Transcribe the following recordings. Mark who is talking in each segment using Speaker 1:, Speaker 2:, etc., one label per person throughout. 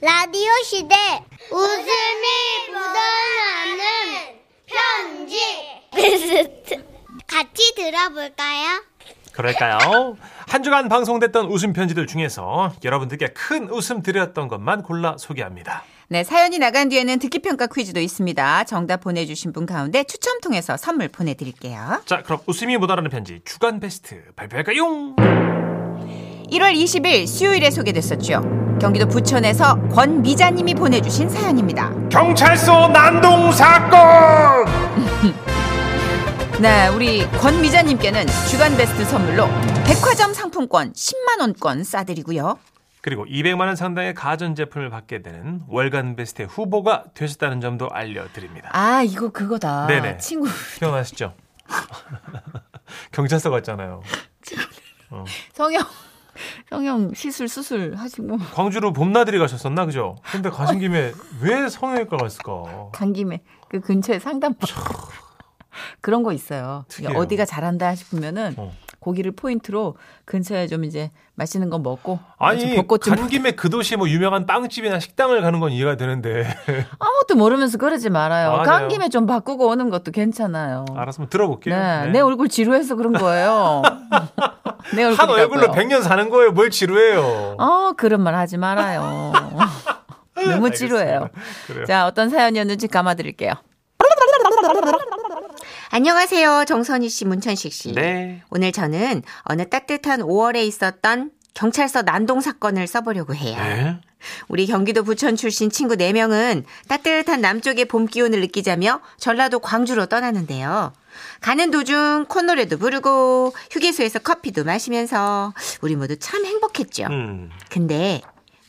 Speaker 1: 라디오 시대 웃음이 묻어나는 편지 같이 들어볼까요?
Speaker 2: 그럴까요? 한 주간 방송됐던 웃음 편지들 중에서 여러분들께 큰 웃음 드렸던 것만 골라 소개합니다.
Speaker 3: 네, 사연이 나간 뒤에는 듣기 평가 퀴즈도 있습니다. 정답 보내주신 분 가운데 추첨 통해서 선물 보내드릴게요.
Speaker 2: 자, 그럼 웃음이 모자라는 편지 주간 베스트 발표할까요?
Speaker 3: 1월 20일 수요일에 소개됐었죠. 경기도 부천에서 권미자님이 보내주신 사연입니다.
Speaker 2: 경찰서 난동 사건!
Speaker 3: 네, 우리 권미자님께는 주간 베스트 선물로 백화점 상품권 10만 원권 싸드리고요.
Speaker 2: 그리고 200만 원 상당의 가전 제품을 받게 되는 월간 베스트 후보가 되셨다는 점도 알려드립니다.
Speaker 4: 아, 이거 그거다.
Speaker 2: 네네.
Speaker 4: 친구.
Speaker 2: 기억나시죠? 경찰서 갔잖아요.
Speaker 4: 성형. 성형 시술 수술 하시고
Speaker 2: 광주로 봄나들이 가셨었나 그죠? 근데 가신 김에 왜 성형외과 갔을까?
Speaker 4: 간 김에 그 근처에 상담방 그런 거 있어요.
Speaker 2: 특이해요.
Speaker 4: 어디가 잘한다 싶으면은
Speaker 2: 어.
Speaker 4: 고기를 포인트로 근처에 좀 이제 맛있는 거 먹고 좀
Speaker 2: 아니
Speaker 4: 벚꽃 좀
Speaker 2: 간 김에 그 도시에 뭐 유명한 빵집이나 식당을 가는 건 이해가 되는데
Speaker 4: 아무것도 모르면서 그러지 말아요.
Speaker 2: 맞아요.
Speaker 4: 간 김에 좀 바꾸고 오는 것도 괜찮아요.
Speaker 2: 알아서 한번 들어볼게요.
Speaker 4: 네, 내 얼굴 지루해서 그런 거예요. 내 얼굴
Speaker 2: 한 얼굴로 100년 사는 거예요. 뭘 지루해요.
Speaker 4: 어, 그런 말 하지 말아요. 너무 지루해요.
Speaker 2: 그래요.
Speaker 4: 자, 어떤 사연이었는지 감아드릴게요.
Speaker 3: 안녕하세요. 정선희 씨, 문천식 씨.
Speaker 2: 네.
Speaker 3: 오늘 저는 어느 따뜻한 5월에 있었던 경찰서 난동 사건을 써보려고 해요.
Speaker 2: 네.
Speaker 3: 우리 경기도 부천 출신 친구 4명은 따뜻한 남쪽의 봄 기운을 느끼자며 전라도 광주로 떠나는데요. 가는 도중 콧노래도 부르고 휴게소에서 커피도 마시면서 우리 모두 참 행복했죠.
Speaker 2: 음.
Speaker 3: 근데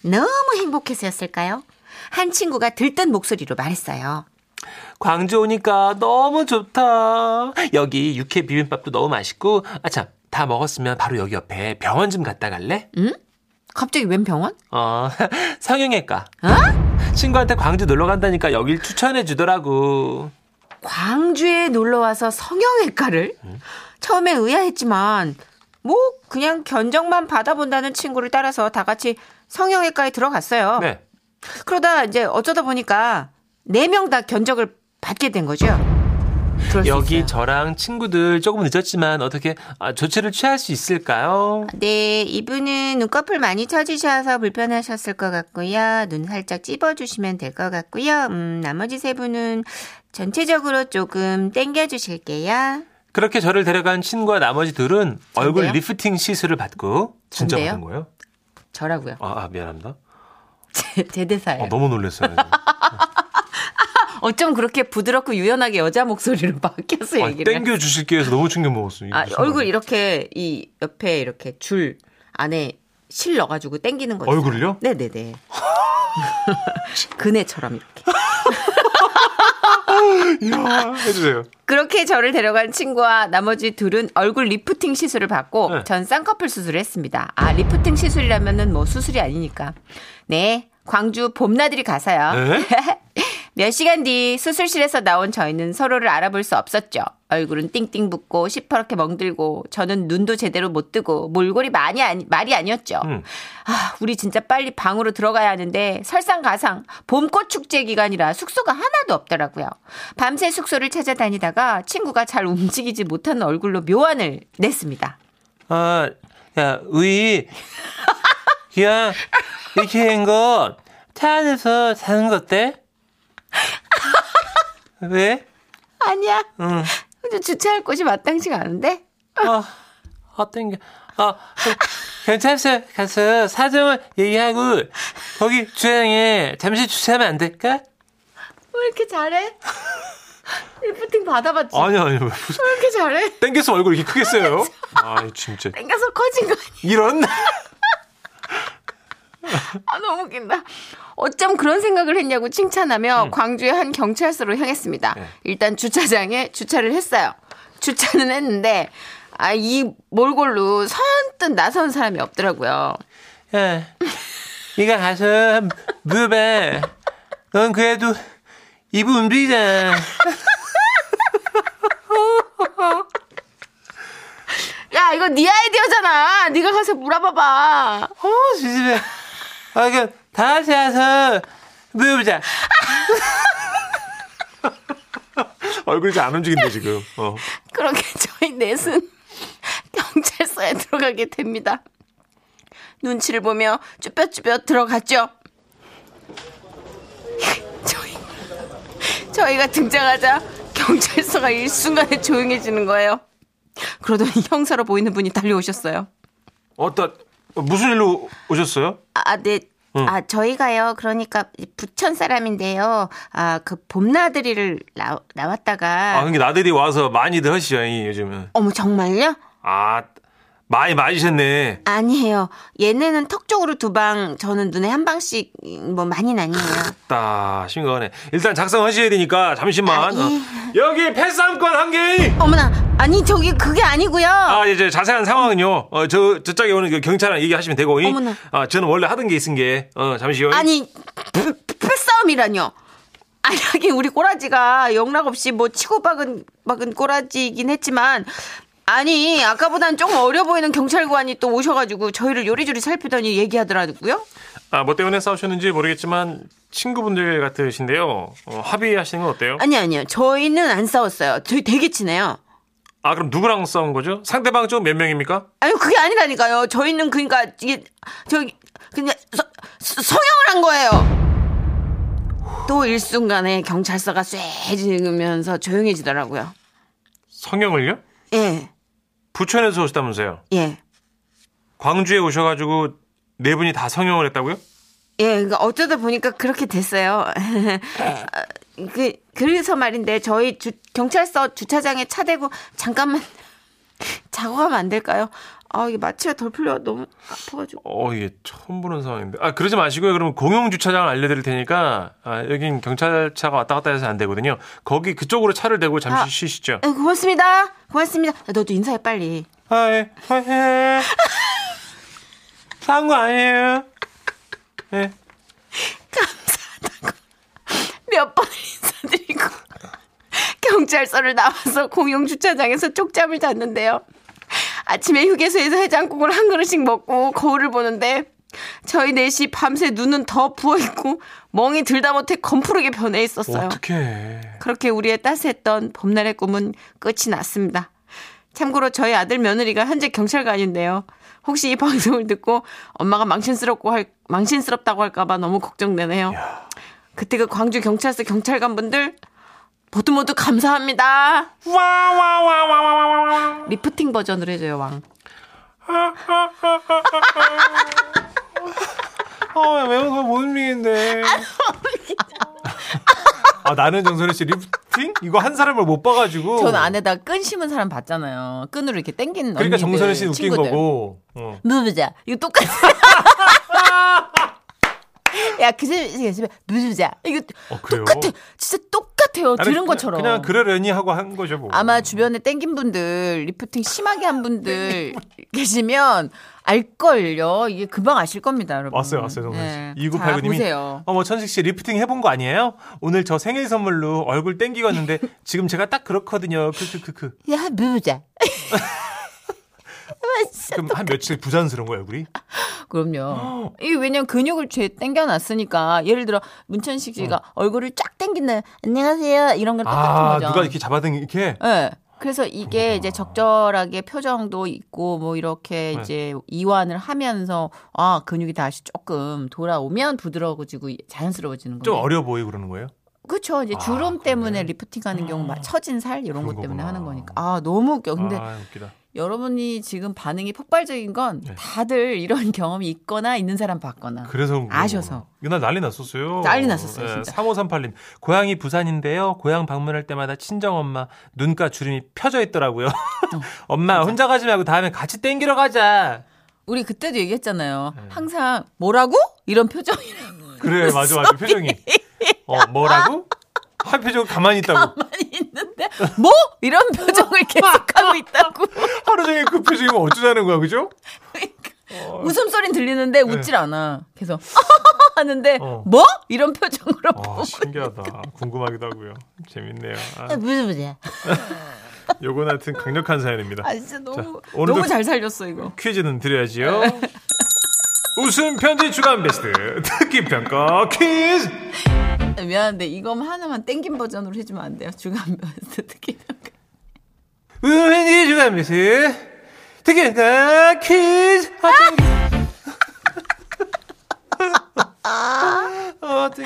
Speaker 3: 너무 행복해서였을까요? 한 친구가 들뜬 목소리로 말했어요.
Speaker 5: 광주 오니까 너무 좋다. 여기 육회 비빔밥도 너무 맛있고, 아참, 다 먹었으면 바로 여기 옆에 병원 좀 갔다 갈래?
Speaker 3: 갑자기 웬 병원?
Speaker 5: 어, 성형외과.
Speaker 3: 어?
Speaker 5: 친구한테 광주 놀러 간다니까 여길 추천해 주더라고.
Speaker 3: 광주에 놀러 와서 성형외과를 처음에 의아했지만 뭐 그냥 견적만 받아본다는 친구를 따라서 다 같이 성형외과에 들어갔어요.
Speaker 5: 네.
Speaker 3: 그러다 이제 어쩌다 보니까 네 명 다 견적을 받게 된 거죠. 그럴 수
Speaker 5: 여기
Speaker 3: 있어요.
Speaker 5: 저랑 친구들 조금 늦었지만 어떻게 아, 조치를 취할 수 있을까요?
Speaker 3: 네, 이분은 눈꺼풀 많이 처지셔서 불편하셨을 것 같고요. 눈 살짝 찝어주시면 될 것 같고요. 음, 나머지 세 분은 전체적으로 조금 땡겨주실게요.
Speaker 5: 그렇게 저를 데려간 친구와 나머지 둘은 얼굴
Speaker 3: 전데요?
Speaker 5: 리프팅 시술을 받고 진짜
Speaker 3: 전데요?
Speaker 5: 받은 거예요?
Speaker 3: 저라고요.
Speaker 5: 아, 아, 미안합니다.
Speaker 4: 제, 제 대사예요.
Speaker 5: 어,
Speaker 2: 뭐-
Speaker 5: 너무 놀랐어요.
Speaker 4: 어쩜 그렇게 부드럽고 유연하게 여자 목소리로 바뀌어서
Speaker 2: 아,
Speaker 4: 얘기를. 해요?
Speaker 2: 땡겨 주실 기회에서 너무 충격 먹었어요.
Speaker 3: 아, 얼굴 이렇게 이 옆에 이렇게 줄 안에 실 넣어가지고 땡기는 거죠.
Speaker 2: 얼굴을요?
Speaker 3: 네네네. 그네처럼 이렇게.
Speaker 2: 이야, 아, 해주세요.
Speaker 3: 그렇게 저를 데려간 친구와 나머지 둘은 얼굴 리프팅 시술을 받고
Speaker 2: 네.
Speaker 3: 전 쌍꺼풀 수술을 했습니다. 아, 리프팅 시술이라면은 뭐 수술이 아니니까. 네. 광주 봄나들이 가서요.
Speaker 2: 네?
Speaker 3: 몇 시간 뒤 수술실에서 나온 저희는 서로를 알아볼 수 없었죠. 얼굴은 띵띵 붓고 시퍼렇게 멍들고 저는 눈도 제대로 못 뜨고 몰골이 많이 아니, 말이 아니었죠.
Speaker 2: 음.
Speaker 3: 아, 우리 진짜 빨리 방으로 들어가야 하는데 설상가상 봄꽃 축제 기간이라 숙소가 하나도 없더라고요. 밤새 숙소를 찾아다니다가 친구가 잘 움직이지 못하는 얼굴로 묘안을 냈습니다.
Speaker 5: 아, 야, 우이. 야, 이렇게 된 거 차 안에서 자는 거 어때? 왜?
Speaker 3: 아니야.
Speaker 5: 응.
Speaker 3: 근데 주차할 곳이 마땅치가 않은데.
Speaker 5: 아, 어떤 게, 아, 괜찮았어요. 가서 사정을 얘기하고, 거기 주차장에 잠시 주차하면 안 될까?
Speaker 4: 왜 이렇게 잘해? 리프팅 받아봤지?
Speaker 2: 아니 아니 왜 무슨
Speaker 4: 왜 이렇게 잘해?
Speaker 2: 땡겨서 얼굴 이렇게 크게 써요? 아 진짜
Speaker 4: 땡겨서 커진 거 아니야?
Speaker 2: 이런.
Speaker 4: 아, 너무 웃긴다.
Speaker 3: 어쩜 그런 생각을 했냐고 칭찬하며 광주의 한 경찰서로 향했습니다. 일단 주차장에 주차를 했어요. 주차는 했는데 아, 이 몰골로 선뜻 나선 사람이 없더라고요.
Speaker 5: 야, 예. 네가 가서 한번 물어봐. 넌 그래도 입을 움직이잖아.
Speaker 3: 야, 이거 네 아이디어잖아. 네가 가서 물어봐봐.
Speaker 5: 어, 지집에. 아, 그, 다 같이 와서 누워보자.
Speaker 2: 얼굴이 잘 안 움직인다 지금. 어.
Speaker 4: 그렇게 저희 넷은 경찰서에 들어가게 됩니다. 눈치를 보며 쭈뼛쭈뼛 들어갔죠. 저희, 저희가 등장하자 경찰서가 일순간에 조용해지는 거예요. 그러더니 형사로 보이는 분이 달려오셨어요.
Speaker 2: 어떤 무슨 일로 오셨어요?
Speaker 3: 아, 네. 아, 저희가요. 그러니까 부천 사람인데요. 아, 그 봄나들이를 나,
Speaker 2: 아,
Speaker 3: 나왔다가
Speaker 2: 그게 나들이 와서 많이들 하시죠, 이 요즘은.
Speaker 3: 어머, 정말요?
Speaker 2: 아, 많이 맞으셨네.
Speaker 3: 아니에요. 얘네는 턱 쪽으로 두 방, 저는 눈에 한 방씩 뭐 많이 나뉘어요.
Speaker 2: 따, 심각하네. 일단 작성하셔야 되니까 잠시만.
Speaker 3: 아, 예.
Speaker 2: 어. 여기 패스함권 한 개인.
Speaker 3: 어머나. 아니, 저기 그게 아니고요.
Speaker 2: 아, 이제 자세한 상황은요. 어, 저, 저쪽에 오는 그 경찰랑 얘기하시면 되고. 이.
Speaker 3: 어머나.
Speaker 2: 아, 저는 원래 하던 게 있은 게. 어, 잠시요.
Speaker 3: 아니, 풀- 풀싸움이라뇨. 아니, 하긴 우리 꼬라지가 영락 없이 뭐 치고 박은, 박은 꼬라지이긴 했지만, 아니, 아까보단 조금 어려 보이는 경찰관이 또 오셔가지고 저희를 요리조리 살피더니 얘기하더라고요.
Speaker 2: 아, 뭐 때문에 싸우셨는지 모르겠지만 친구분들 같으신데요. 어, 합의하시는 건 어때요?
Speaker 3: 아니, 아니요. 저희는 안 싸웠어요. 저희 되게 친해요.
Speaker 2: 아, 그럼 누구랑 싸운 거죠? 상대방 좀 몇 명입니까?
Speaker 3: 아니, 그게 아니라니까요. 저희는 그러니까, 이게, 저기, 그냥 서- 서- 성형을 한 거예요. 또 일순간에 경찰서가 쇠해지면서 조용해지더라고요.
Speaker 2: 성형을요?
Speaker 3: 예,
Speaker 2: 부천에서 오셨다면서요.
Speaker 3: 예.
Speaker 2: 광주에 오셔가지고 네 분이 다 성형을 했다고요?
Speaker 3: 예, 그러니까 어쩌다 보니까 그렇게 됐어요. 아, 그 그래서 말인데 저희 주- 경찰서 주차장에 차 대고 잠깐만 자고 가면 안 될까요? 아 이게 마취가 덜 풀려 너무 아파가지고.
Speaker 2: 어, 이게 처음 보는 상황인데. 아, 그러지 마시고요. 그러면 공용 주차장을 알려드릴 테니까, 아, 여긴 경찰차가 왔다 갔다 해서 안 되거든요. 거기 그쪽으로 차를 대고 잠시
Speaker 3: 아.
Speaker 2: 쉬시죠.
Speaker 3: 아, 고맙습니다. 고맙습니다. 야, 너도 인사해 빨리.
Speaker 5: 아, 예. 아, 예. 싸운 거 아니에요? 예.
Speaker 4: 몇 번 인사드리고 경찰서를 나와서 공용 주차장에서 쪽잠을 잤는데요. 아침에 휴게소에서 해장국을 한 그릇씩 먹고 거울을 보는데 저희 넷이 밤새 눈은 더 부어 있고 멍이 들다 못해 검푸르게 변해 있었어요.
Speaker 5: 어떡해.
Speaker 4: 그렇게 우리의 따스했던 봄날의 꿈은 끝이 났습니다. 참고로 저희 아들 며느리가 현재 경찰관인데요. 혹시 이 방송을 듣고 엄마가 망신스럽고 할, 망신스럽다고 할까봐 너무 걱정되네요. 그때 그 광주 경찰서 경찰관분들 모두 모두 감사합니다. 리프팅 버전으로 해줘요 왕.
Speaker 2: 어,
Speaker 5: 아, 매운 거못 움직이는데.
Speaker 2: 아, 나는 정선혜 씨 리프팅? 이거 한 사람을 못 봐가지고.
Speaker 6: 전 안에다 끈 심은 사람 봤잖아요. 끈으로 이렇게 땡기는
Speaker 2: 그러니까
Speaker 6: 언니들,
Speaker 2: 정선혜 씨는 웃긴
Speaker 6: 친구들.
Speaker 2: 거고. 어.
Speaker 6: 무브자 이거 똑같아. 야, 그 집에 무브자 이거
Speaker 2: 어, 그래요?
Speaker 6: 똑같아. 진짜
Speaker 2: 나는
Speaker 6: 똑같아요. 들은
Speaker 2: 그냥-
Speaker 6: 것처럼.
Speaker 2: 그냥 그러려니 하고 한 거죠, 뭐.
Speaker 6: 아마 주변에 땡긴 분들 리프팅 심하게 한
Speaker 2: 네,
Speaker 6: 분들 계시면 알걸요. 이게 금방 아실 겁니다, 여러분.
Speaker 2: 왔어요, 왔어요, 정선혜 씨.
Speaker 6: 네. 자,
Speaker 2: 2989님이.
Speaker 6: 보세요.
Speaker 2: 어머, 천식 씨 리프팅 해본 거 아니에요? 오늘 저 생일 선물로 얼굴 땡기었는데 지금 제가 딱 그렇거든요. 크크크크.
Speaker 6: 야, 무브자.
Speaker 2: 그럼 한 며칠 부자연스러운 거예요, 얼굴이?
Speaker 6: 그럼요. 이게 왜냐면 근육을 죄 땡겨놨으니까 예를 들어 문천식 씨가 얼굴을 쫙 땡긴다. 안녕하세요. 이런 걸 똑같은
Speaker 2: 아,
Speaker 6: 거죠.
Speaker 2: 누가 이렇게 잡아당 이렇게?
Speaker 6: 예. 그래서 이게 이제 적절하게 표정도 있고 뭐 이렇게
Speaker 2: 네.
Speaker 6: 이제 이완을 하면서 아 근육이 다시 조금 돌아오면 부드러워지고 자연스러워지는
Speaker 2: 좀
Speaker 6: 거예요.
Speaker 2: 어려 보이고 그러는 거예요?
Speaker 6: 그렇죠. 이제
Speaker 2: 아,
Speaker 6: 주름
Speaker 2: 그래.
Speaker 6: 때문에 리프팅하는 경우 막 처진 살 이런 것
Speaker 2: 그런
Speaker 6: 때문에
Speaker 2: 거구나.
Speaker 6: 하는 거니까 아 너무 웃겨. 근데
Speaker 2: 아, 웃기다.
Speaker 6: 여러분이 지금 반응이 폭발적인 건
Speaker 2: 네.
Speaker 6: 다들 이런 경험이 있거나 있는 사람 봤거나.
Speaker 2: 그래서 그런 거구나.
Speaker 6: 아셔서.
Speaker 2: 이날 난리 났었어요.
Speaker 6: 난리 났었어요, 진짜.
Speaker 2: 3538님. 고향이 부산인데요. 고향 방문할 때마다 친정 엄마 눈가 주름이 펴져 있더라고요.
Speaker 6: 어.
Speaker 2: 엄마 혼자 가지 말고 다음에 같이 땡기러 가자.
Speaker 6: 우리 그때도 얘기했잖아요.
Speaker 2: 네.
Speaker 6: 항상 뭐라고 이런 표정이라고.
Speaker 2: 그래, 맞아 맞아. 표정이. 어, 뭐라고? 한 표정 가만히 있다고.
Speaker 6: 많이 있는데 뭐 이런 표정을 계속하고 있다고
Speaker 2: 하루 종일 그 표정이면 어쩌자는 거야, 그죠? 어.
Speaker 6: 웃음소리는 들리는데 웃질 않아 계속 하는데
Speaker 2: 네. 어.
Speaker 6: 뭐 이런 표정으로
Speaker 2: 아, 신기하다. 궁금하기도 하고요. 재밌네요. 아,
Speaker 6: 무슨 무슨
Speaker 2: 요건 하여튼 강력한 사연입니다.
Speaker 6: 아 진짜 너무
Speaker 2: 오늘도
Speaker 6: 너무 잘 살렸어 이거
Speaker 2: 퀴즈는 드려야지요. 웃음 편지 주간 베스트 특기 평가 퀴즈.
Speaker 3: 아, 미안한데 이거 하나만 땡긴 버전으로 해주면 안 돼요? 주간 베스트 특히 평가.
Speaker 2: 웃음 편지 주간 베스트 특기 평가 퀴즈. 아, 어떻게?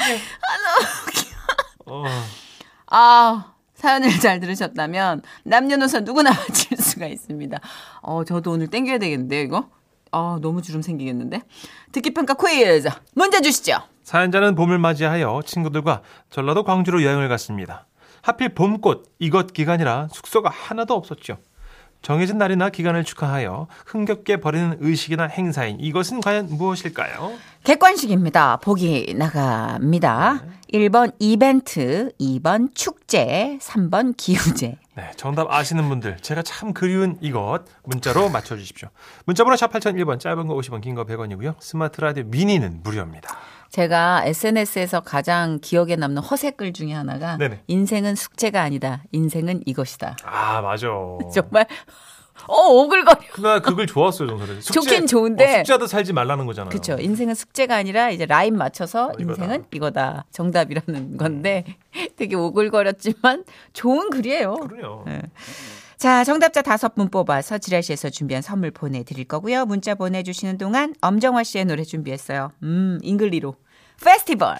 Speaker 3: 아 사연을 잘 들으셨다면 남녀노소 누구나 맞힐 수가 있습니다. 어 저도 오늘 땡겨야 되겠는데 요 이거. 아 너무 주름 생기겠는데. 듣기 평가 퀴즈 문제 주시죠.
Speaker 2: 사연자는 봄을 맞이하여 친구들과 전라도 광주로 여행을 갔습니다. 하필 봄꽃 이것 기간이라 숙소가 하나도 없었죠. 정해진 날이나 기간을 축하하여 흥겹게 벌이는 의식이나 행사인 이것은 과연 무엇일까요?
Speaker 3: 객관식입니다. 보기 나갑니다. 1번 이벤트, 2번 축제, 3번 기우제.
Speaker 2: 네, 정답 아시는 분들 제가 참 그리운 이것 문자로 맞춰주십시오. 문자번호 샵 8001번 짧은 거 50원 긴 거 100원이고요. 스마트 라디오 미니는 무료입니다.
Speaker 3: 제가 SNS에서 가장 기억에 남는 허세글 중에 하나가
Speaker 2: 네네.
Speaker 3: 인생은 숙제가 아니다. 인생은 이것이다.
Speaker 2: 아 맞아.
Speaker 3: 정말 어 오글거려.
Speaker 2: 나 그걸 좋았어요 정서를.
Speaker 3: 좋긴 좋은데.
Speaker 2: 어, 숙제하다 살지 말라는 거잖아요.
Speaker 3: 그렇죠. 인생은 숙제가 아니라 이제 라인 맞춰서 인생은 이거다. 정답이라는 건데 되게 오글거렸지만 좋은 글이에요.
Speaker 2: 그럼요.
Speaker 7: 자, 정답자 다섯 분 뽑아서 지라시에서 준비한 선물 보내드릴 거고요. 문자 보내주시는 동안 엄정화 씨의 노래 준비했어요. 음, 잉글리로. 페스티벌!